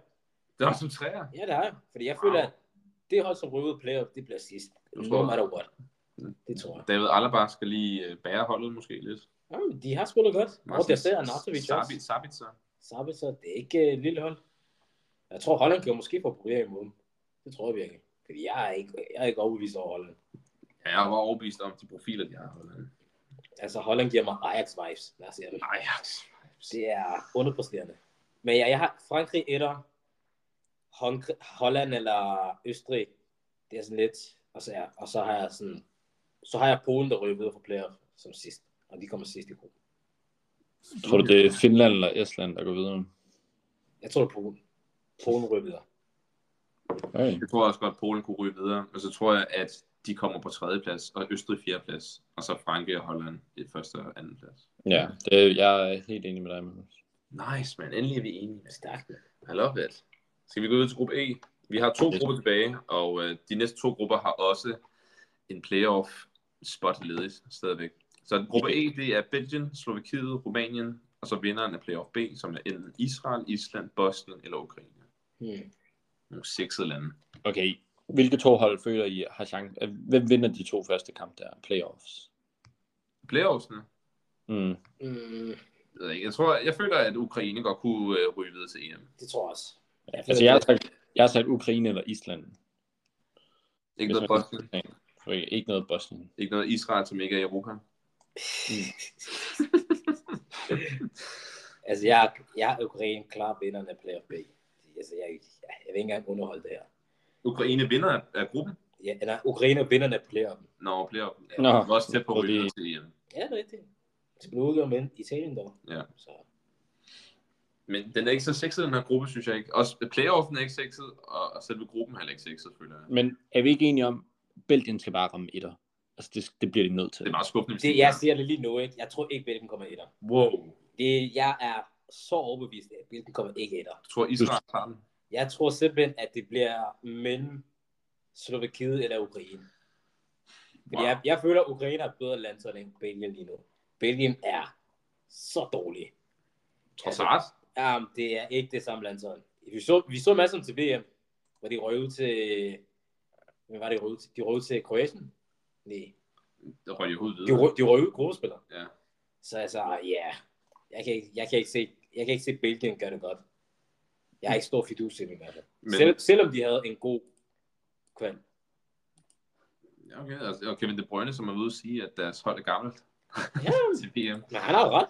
A: Det er også som træer.
B: Ja, det har jeg. Fordi jeg
A: Wow.
B: føler, at det hold, som ryger ud i playoff, det bliver sidst.
A: Du
B: No
A: tror- Mm.
B: matter what. Det tror jeg.
A: David Alaba skal lige øh, bære holdet måske lidt.
B: Jamen, de har spillet godt. Og der ser Anatovic
A: Sabit,
B: også.
A: Sabitzer.
B: Sabitzer, det er ikke øh, et lille hold. Jeg tror, Holland kan måske få problemer imod dem. Det tror jeg virkelig. Fordi jeg er ikke, jeg er ikke overbevist over Holland.
A: Ja, jeg var overbevist om de profiler, de har. i Holland.
B: Altså, Holland giver mig Ajax-vibes. Lad os sige det.
A: Ajax.
B: Det er underpræsterende. Men ja, jeg har Frankrig etter, Hong- Holland eller Østrig. Det er sådan lidt. Og så, er, og så har jeg sådan, så har jeg Polen, der ryger videre fra playoff som sidst. Og de kommer sidst i gruppen.
C: Tror du, det er Finland eller Estland, der går videre?
B: Jeg tror, det er Polen. Polen ryger videre.
C: Okay.
A: Jeg tror også godt, at Polen kunne ryge videre. Men så tror jeg, at de kommer på tredje plads, og Østrig fjerde plads, og så Frankrig og Holland i første og anden plads.
C: Ja, det, jeg er helt enig med dig, Magnus.
A: Nice, man. Endelig er vi enige. man.
B: Stærkt.
A: I
B: mand.
A: love it. Skal vi gå ud til gruppe E? Vi har to
C: Yes.
A: grupper tilbage, og øh, de næste to grupper har også en playoff spot ledigt stadigvæk. Så gruppe E, det er Belgien, Slovakiet, Rumænien, og så vinderen af playoff B, som er enten Israel, Island, Bosnien eller Ukraine.
B: Hmm.
A: Nogle seksede lande.
C: Okay, hvilke to hold føler I har chance? Hvem vinder de to første kampe der? Playoffs?
A: Playoffsene?
C: Mm.
B: Mm,
A: Jeg, ved ikke. jeg tror, jeg føler, at Ukraine godt kunne øh, ryge videre til EM.
B: det tror jeg også. Jeg føler,
C: Altså, jeg har,
B: det-
C: sagt, jeg har sagt Ukraine eller Island.
A: Ikke noget Bosnien,
C: For ikke ikke noget Bosnien.
A: ikke noget Israel, som ikke er i Europa.
B: Hmm. *laughs* altså, jeg, jeg er Ukraine klar vinderne af playoff B. Altså, jeg, jeg, jeg vil ikke engang underholde det her.
A: Ukraine vinder af- af gruppen.
B: Ja, nej, Ukraine er vinderne af playoff.
A: Nå, playoff. Ja,
C: Nå,
A: Nå, var også tæt på at ryge
C: fordi-
A: videre til EM.
B: Ja, det er rigtigt. Så blev udgjort med Italien dog.
A: Ja.
B: Så.
A: Men den er ikke så sexet, den her gruppe, synes jeg ikke. Også playoffen er ikke sexet, og, og selve gruppen er heller ikke sexet, føler jeg.
C: Men er vi ikke enige om, Belgien skal bare ramme etter? Altså, det, det bliver de nødt til.
A: Det er meget skuffende, hvis
B: Det,
A: de
B: jeg
A: gør.
B: siger det lige nu, ikke? Jeg tror ikke, Belgien kommer etter.
A: Wow.
B: Det, jeg er så overbevist, at Belgien kommer ikke etter.
A: Jeg tror, Israel tager den.
B: Jeg tror simpelthen, at det bliver mellem Slovakiet eller Ukraine. Fordi
A: Wow.
B: jeg, jeg føler, at Ukraine er et bedre landshold end Belgien lige nu. Belgien er så dårlig.
A: Trods alt.
B: Um, det er ikke det samme landshold. Vi så, vi så masser om til VM, hvor de røg ud til... Hvad var det, de røg ud til? De røg ud til Kroatien? Nej.
A: Det røg jo hovedet
B: De,
A: videre.
B: røg, de røg ud gruppespillere.
A: Ja.
B: Så altså, ja. Jeg kan, ikke- jeg kan ikke se, jeg kan ikke se Belgien gøre det godt. Jeg har ikke stor fidus til dem i hvert fald.
A: Men-
B: Selv, selvom de havde en god kval.
A: Ja, Okay, altså, og Kevin De Bruyne, som er ude at sige, at deres hold er gammelt
B: Ja,
A: *laughs* til VM.
B: men han har jo ret.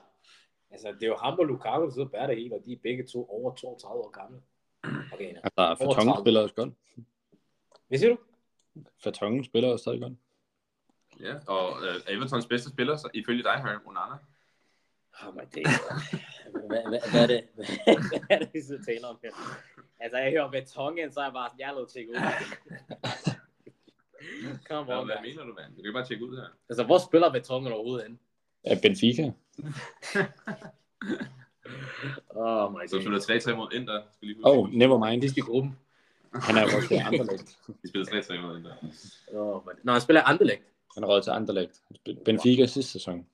B: Altså, det er jo ham og Lukaku, der sidder og bærer det hele, og de er begge to over 32 år gamle. Okay, nej.
C: Altså, Fatongen spiller også godt.
B: Hvad siger du?
C: Fatongen spiller også stadig godt.
A: Ja, og øh, Evertons bedste spiller, så ifølge dig, Harry Onana.
B: Oh my day. hvad, hvad, hvad, er det? *laughs* hvad er det, vi sidder og taler om her? Altså, jeg hører betongen, så er jeg bare sådan, jeg er nødt til at gå
A: *laughs*
B: ud. Come
A: Hvad,
B: on,
A: hvad
B: guys.
A: mener du, mand? Du kan jo bare tjekke ud her.
B: Altså, hvor spiller betongen overhovedet hen?
C: af Benfica.
B: Oh my
A: Så
B: god.
A: spiller 3-3 mod Inter. Skal lige huske.
C: Oh, never mind.
B: Det skal gruppen.
C: Han er røget til Anderlecht.
A: De spillede 3-3 mod Inter.
B: Oh, man. Nå, han spiller i Anderlecht.
C: Han er røget til Anderlecht. Benfica sidste sæson.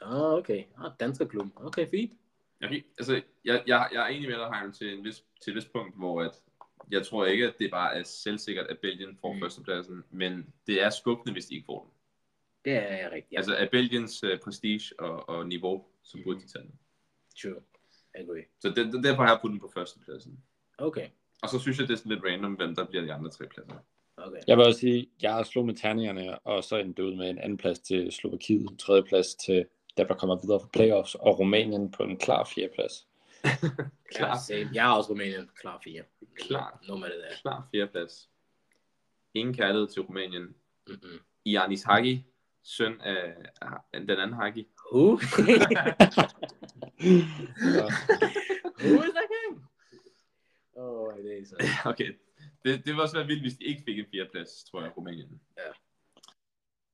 B: Ah, okay. Ah, danskerklubben. Okay, fint.
A: Jeg, kan- altså, jeg, jeg, jeg er enig med dig, Heim, til, en vis, til et vis punkt, hvor at, jeg tror ikke, at det bare er selvsikkert, at Belgien får
B: Mm.
A: mm. førstepladsen, men det er skuffende, hvis de ikke får den.
B: Det er rigtigt.
A: Ja. Altså, af Belgiens uh, prestige og, og niveau, som
B: Mm.
A: burde de tage den.
B: True. Agree.
A: Så den, den, derfor har jeg puttet den på førstepladsen.
B: Okay.
A: Og så synes jeg, det er sådan lidt random, hvem der bliver de andre tre pladser.
B: Okay.
C: Jeg vil også sige, jeg har slået med terningerne, og så endte det ud med en anden plads til Slovakiet, tredje plads til dem, der kommer videre fra playoffs, og Rumænien på en klar fjerde plads.
B: Klar.
A: Klar.
B: Ja, same. jeg er også Rumænien. Klar 4.
A: Klar.
B: Nu med det der.
A: Klar fjerdeplads. Ingen kærlighed til Rumænien.
B: Mm-mm.
A: Ianis Hagi, søn af af den anden Hagi.
B: Who? *laughs*
C: Så,
B: Who is that guy? Oh, my days. man.
A: Okay. Det, det var også være vildt, hvis de ikke fik en fjerdeplads, tror jeg, Rumænien.
B: Ja.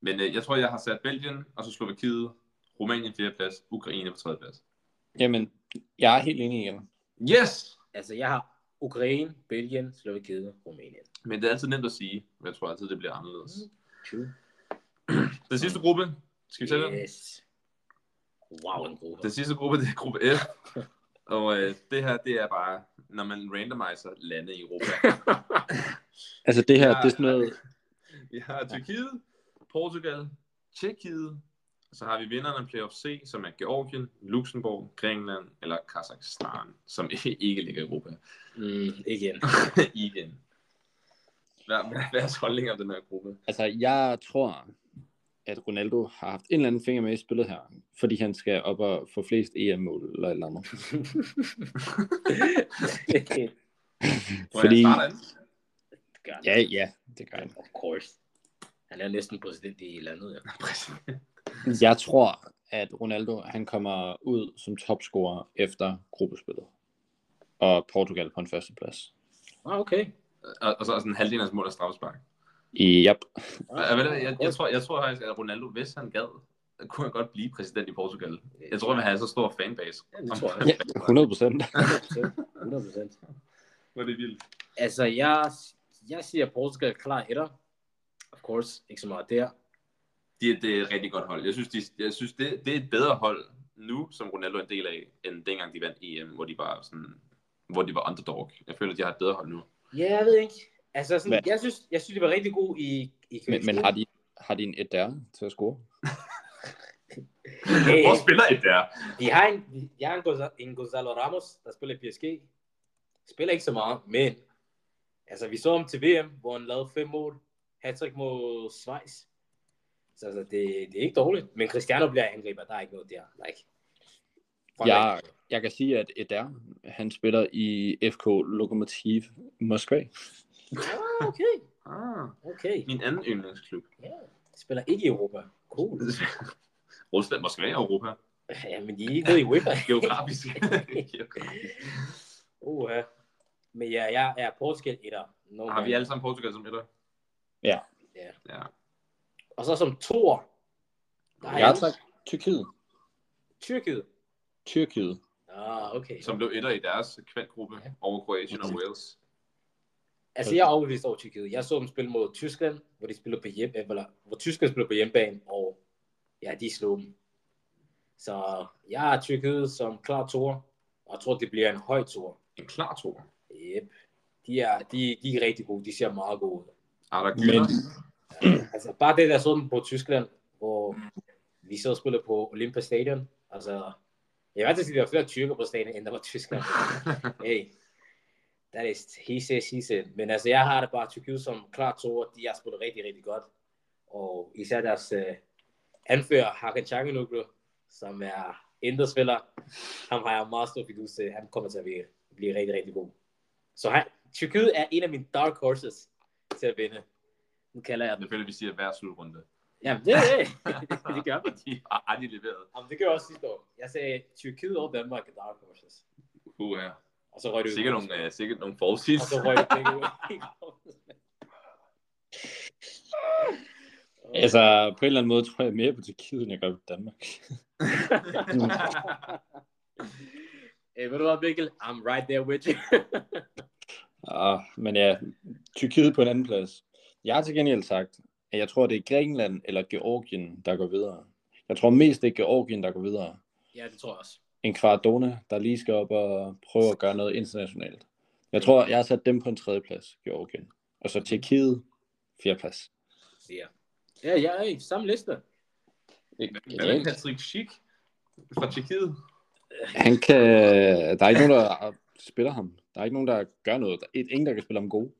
A: Men øh, jeg tror, jeg har sat Belgien, og så Slovakiet, Rumænien fjerdeplads, Ukraine på tredjeplads.
C: jamen, jeg er helt enig igen.
A: Yes!
B: Altså, jeg har Ukraine, Belgien, Slovakiet, Rumænien.
A: Men det er altid nemt at sige, men jeg tror altid, det bliver anderledes.
B: True.
A: Mm. Den sidste gruppe, skal vi tage den?
B: Yes. Wow, en gruppe.
A: Den sidste gruppe, det er gruppe *laughs* F. Og øh, det her, det er bare, når man randomiser lande i Europa.
C: Altså det her,
A: Ja.
C: det er sådan noget,
A: Vi har Tyrkiet, Portugal, Tjekkiet, og så har vi vinderne af playoff C, som er Georgien, Luxembourg, Grækenland eller Kazakhstan, som *laughs* ikke ligger i Europa.
B: Mm,
A: *laughs*
B: igen.
A: Igen. Hvad hvad er jeres holdning om den her gruppe?
C: altså jeg tror, at Ronaldo har haft en eller anden finger med i spillet her, fordi han skal op og få flest EM-mål eller et eller andet.
A: Tror
C: Fordi-
A: Fordi... jeg starter an?
B: God,
C: Ja, ja, det gør han.
B: Of course. Han er næsten præsident i landet, ja.
C: Jeg tror, at Ronaldo han kommer ud som topscorer efter gruppespillet. Og Portugal på en førsteplads.
B: Ah, okay.
A: og, og så er sådan halvdelen af hans mål er
B: Ah,
A: straffespark.
C: I, yep.
A: Ah, jeg, jeg, jeg, tror, jeg tror faktisk, at Ronaldo, hvis han gad, kunne han godt blive præsident i Portugal. Jeg tror, han vil have så stor fanbase.
B: Ja, det tror jeg.
C: Ja, 100 procent.
B: 100%. 100%.
A: Hvor er det vildt.
B: Altså, jeg, jeg siger, at Portugal er klar etter. Of course, ikke så meget der.
A: Det, det er et rigtig godt hold. Jeg synes, de, jeg synes det, det er et bedre hold nu, som Ronaldo er en del af, end dengang de vandt EM, hvor de var sådan hvor de var underdog. Jeg føler, at de har et bedre hold nu.
B: Ja, jeg ved ikke. Altså, sådan,
C: Hvad?
B: jeg, synes, jeg synes, det var rigtig god i, i
C: Men, men har, de, har de en et der til at score?
B: Hey,
A: Hvor spiller I der?
B: de har en, de har en, Gonza- en Gonzalo Ramos, der spiller i PSG. Spiller ikke så meget, men altså, vi så ham til VM, hvor han lavede fem mål. Hattrick mod Schweiz. Så altså, det, det er ikke dårligt. Men Cristiano bliver angriber, der er ikke noget der. Like, Fuck
C: Jeg,
B: it.
C: jeg kan sige, at et der, han spiller i FK Lokomotiv Moskva.
B: Ah, okay.
A: Ah,
B: Okay.
A: min anden yndlingsklub.
B: Ja, de spiller ikke i Europa. Cool.
A: Rusland, Moskva og Europa.
B: Ja, men de er ikke nede i UEFA.
A: Geografisk. Geografisk.
B: Uh, men ja, jeg er Portugal etter. No
A: har Ah, vi
B: man.
A: alle sammen Portugal som etter?
B: Og så som tor. Nej,
C: Jeg tak. Tyrkiet.
B: Tyrkiet.
C: Tyrkiet.
B: Ah, okay.
A: Som blev etter i deres kvalgruppe over Kroatien og Wales.
B: Altså, jeg er overbevist over Tyrkiet. Jeg så dem spille mod Tyskland, hvor de spillede på hjem, øh, eller, hvor Tyskland spillede på hjemmebane, og ja, de slog dem. Så jeg er Tyrkiet som klar tor, og jeg tror, det bliver en høj tor.
A: En klar to.
B: Yep. De er, de, de er rigtig gode. De ser meget gode ud.
A: Arda
C: Men-
A: Güler.
B: Altså, bare det, der så dem på Tyskland, hvor vi så spillede på Olympia Stadion. Altså, jeg vil altid sige, der var flere tyrker på stadion, end der var tyskere. hey, that is, he says, he said. Men altså, jeg har det bare Tyrkiet som klar to, de har spillet rigtig, rigtig godt. Og især deres øh, anfører, Hakan Chakanoglu, som er indre spiller, ham har jeg meget stor fidus til. Han kommer til at blive, blive rigtig, rigtig god. Så han, Tyrkiet er en af mine dark horses til at vinde. Nu kalder jeg dem.
A: Det føler, vi siger hver slutrunde. *laughs*
B: Jamen, det, *laughs* det gør vi.
A: De har aldrig leveret.
B: Jamen, det gør jeg også sidste år. Jeg sagde, Tyrkiet og Danmark er dark horses.
A: Uh, ja.
B: Og så røg det ud.
A: Sikkert nogle, uh, sikkert nogle
B: Og så *laughs*
A: forudsigelser.
B: røg det begge ud.
C: Altså, på en eller anden måde tror jeg mere på Tyrkiet, end jeg gør på Danmark.
B: *laughs*
C: *laughs*
B: Øh, ved du hvad, Mikkel? I'm right there with you. *laughs*
C: Ah, men ja, Tyrkiet på en anden plads. Jeg har til gengæld sagt, at jeg tror, det er Grækenland eller Georgien, der går videre. Jeg tror mest, det er Georgien, der går videre.
B: ja, det tror jeg også.
C: En Kvardona, der lige skal op og prøve at gøre noget internationalt. Jeg tror, jeg har sat dem på en tredje plads, Georgien. Og så Tyrkiet, fjerde plads.
B: Ja, ja, ja hey, samme liste.
A: Hvad med Patrick Schick fra Tjekkiet?
C: Han kan... Der er ikke nogen, der spiller ham. Der er ikke nogen, der gør noget. Der er ingen, der kan spille ham god.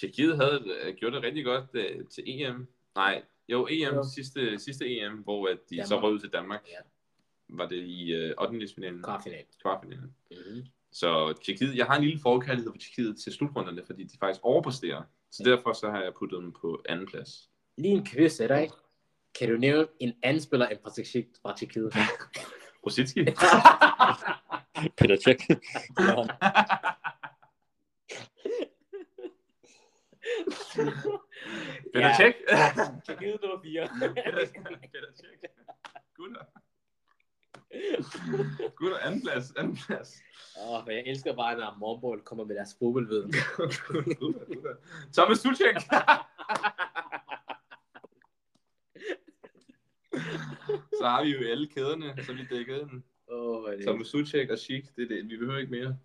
A: Tjekkiet havde øh, gjort det rigtig godt øh, til EM. Nej, jo, EM,
B: Jo.
A: sidste, sidste EM, hvor at de så
B: Danmark.
A: røg ud til Danmark.
B: Ja.
A: Var det i øh, 8. finalen?
B: Kvartfinal.
A: Kvartfinalen.
B: Mm-hmm.
A: Så Tjekkiet, jeg har en lille forkærlighed for Tjekkiet til slutrunderne, fordi de faktisk overpresterer. Så derfor så har jeg puttet dem på anden plads.
B: Lige en quiz til dig. Kan du nævne en anden spiller end Patrick Schick
A: *laughs*
B: fra Tjekkiet?
A: Rosicki?
C: Peter Tjek. *laughs* Nå,
A: Peter Cech?
B: Tjekkiet nummer 4.
A: Mm, Peter Cech? Gutter. Gutter, anden plads, anden plads.
B: Åh, oh, jeg elsker bare, når Morgenborg kommer med deres fodboldviden.
A: Gutter, gutter. *laughs* Thomas Tuchek? så har vi jo alle kæderne, så vi dækkede den.
B: Åh, oh,
A: Thomas Tuchek og Schick, det er det. Vi behøver ikke mere.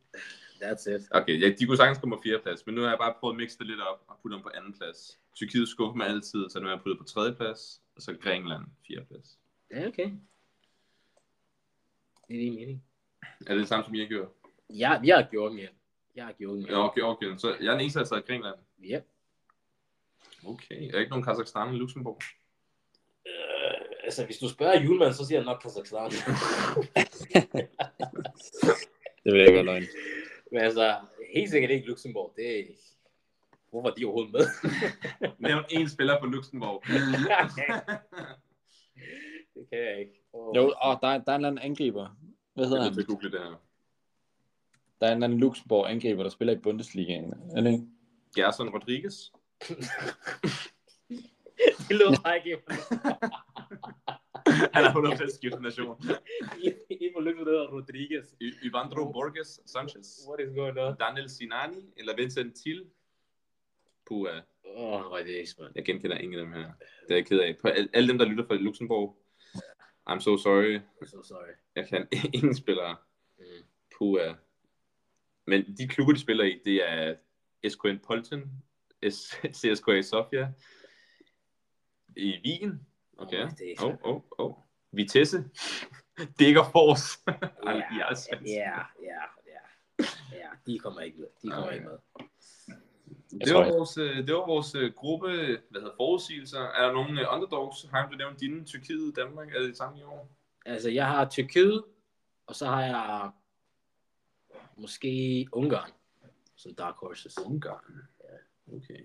B: that's it.
A: Okay, ja, de kunne sagtens komme på fjerde plads, men nu har jeg bare prøvet at mixe det lidt op og putte dem på anden plads. Tyrkiet skuffer mig altid, så nu har jeg puttet på tredje plads, og så Grækenland fjerde plads.
B: Ja, okay. Det er din mening.
A: Er det det samme, som jeg gjorde?
B: Jeg, jeg er Georgien. Jeg er Georgien.
A: Ja, okay, okay. Så jeg er den eneste, der har taget Grækenland.
B: Yep.
A: Okay. Er der ikke nogen Kazakhstan eller Luxembourg?
B: Øh, altså, hvis du spørger julemand, så siger jeg nok Kazakhstan.
C: det vil jeg ikke være løgn.
B: *laughs* Men altså, helt sikkert ikke Luxembourg. Det er... Hvorfor er de overhovedet med?
A: Nævn én spiller på Luxembourg.
B: *laughs* det kan jeg ikke. Oh.
C: Jo, og der, er- der er en eller anden angriber. Hvad hedder
A: jeg er
C: han?
A: nødt til at google det her.
C: Der er en eller anden Luxembourg angriber, der spiller i Bundesligaen. Er det ikke?
A: Gerson Rodriguez.
B: det lød bare ikke.
A: Han *laughs* er 100% skiftet nation.
B: I må løbe ned Rodriguez.
A: Y- Ivandro Borges Sanchez.
B: What is going on?
A: Daniel Sinani eller Vincent Thiel. Puh, ja.
B: Åh, oh, det er mand.
A: jeg genkender ingen af dem her. Det er jeg ked af. På al- alle dem, der lytter fra Luxembourg. I'm so sorry.
B: I'm so sorry.
A: Jeg kan *laughs* ingen spillere.
B: Mm.
A: Puh, ja. Men de klubber, de spiller i, det er SKN Polten, S- CSKA Sofia, i Wien. Okay.
B: Åh, det er
A: Åh, åh, åh. Vitesse. *laughs* Digger Fors. Ej, de er altså svenske.
B: Ja, ja, ja. Ja, de kommer ikke med. De kommer
A: Ej.
B: ikke med.
A: Det
C: tror
A: var
C: ikke.
A: vores, øh, det var vores øh, gruppe, hvad hedder forudsigelser. Er der nogen øh, underdogs? Har du nævnt dine? Tyrkiet, Danmark, er det det samme i år?
B: Altså, jeg har Tyrkiet, og så har jeg måske Ungarn som dark horses.
A: Ungarn. Okay.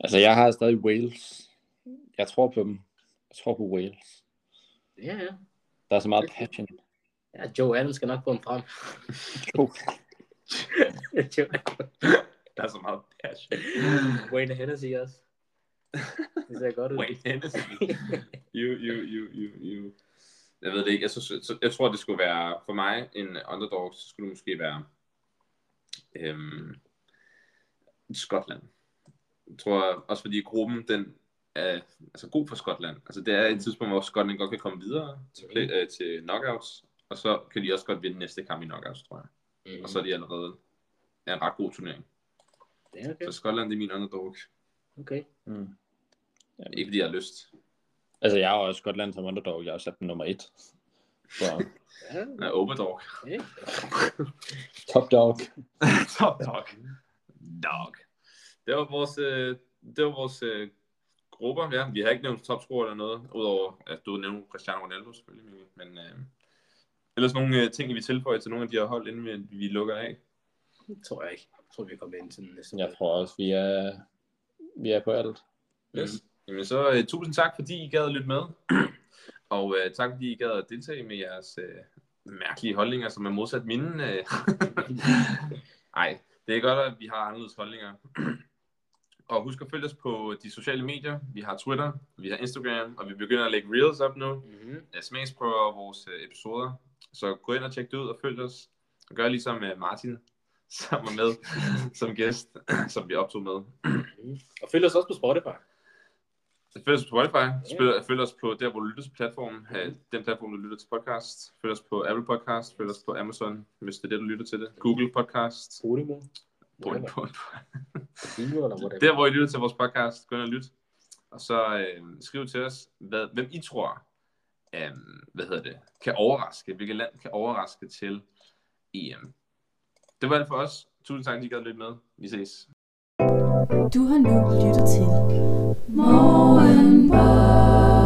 C: Altså, jeg har stadig Wales. Jeg tror på dem. Jeg tror på Wales.
B: Ja, ja.
C: Der er så meget passion.
B: Ja, Joe Allen skal nok få en frem.
C: Jo.
B: *laughs* Joe
A: Der er så meget passion.
B: Wayne Hennessy også. Det ser godt ud.
A: Wayne Hennessy. you, you, you, you, you. Jeg ved det ikke. Jeg, synes, så, jeg tror, det skulle være, for mig, en underdog, så skulle det måske være øhm, Skotland. Jeg tror også, fordi gruppen, den er altså, god for Skotland. Altså, det er et tidspunkt, hvor Skotland godt kan komme videre til, play, øh, til knockouts, og så kan de også godt vinde næste kamp i knockouts, tror jeg.
B: Mhm.
A: Og så er de allerede er en ret god turnering.
B: Ja, okay.
A: Så Skotland, det er min underdog.
B: okay.
C: Mm.
A: Ikke fordi jeg har lyst.
C: Altså, jeg har også Skotland som underdog. Jeg har sat dem nummer et. Så,
B: Ja,
A: Jeg er overdog.
B: okay.
C: top dog.
A: *laughs* Top dog. Dog. Det var vores, øh, det var vores øh, grupper, ja. Vi har ikke nævnt topscorer eller noget, udover at du nævnte Cristiano Ronaldo selvfølgelig, Mikkel. men øh, ellers nogle øh, ting, I vil tilføje til nogle af de her hold, inden vi, vi lukker af.
B: Det tror jeg ikke. Jeg tror, vi kommer ind til den næste.
C: Jeg tror også, vi er, vi er på alt.
A: Yes. Mm. Jamen så øh, tusind tak, fordi I gad at lytte med, *clears throat* og øh, tak, fordi I gad at deltage med jeres øh, mærkelige holdninger, som er modsat mine. Øh. Ej, det er godt, at vi har anderledes holdninger. *clears throat* Og husk at følge os på de sociale medier. Vi har Twitter, vi har Instagram, og vi begynder at lægge reels op nu.
B: Mm-hmm.
A: Øh, Smagsprøver af vores øh, episoder. Så gå ind og tjek det ud og følg os. Og gør ligesom øh, Martin, *laughs* som var med *laughs* som gæst, *clears throat* som vi optog med.
B: Og følg os også på Spotify.
A: Følg os på Spotify.
B: Ja.
A: Yeah. Følg os på der, hvor du lytter til platformen. Øh, Den platform, du lytter til podcast. Følg os på Apple Podcast. Følg os på Amazon, hvis det er det, du lytter til det. Google Podcast.
B: Podimo.
A: På,
B: Whatever.
A: på, på,
B: Podimo eller whatever.
A: Altså, Der, hvor I lytter til vores podcast, gå ind og lyt. Og så øh, skriv til os, hvad, hvem I tror, øh, hvad hedder det, kan overraske, hvilket land kan overraske til EM. Det var det for os. Tusind tak, fordi I gad at lytte med. Vi ses.
D: Du har nu lyttet til Morgenbold.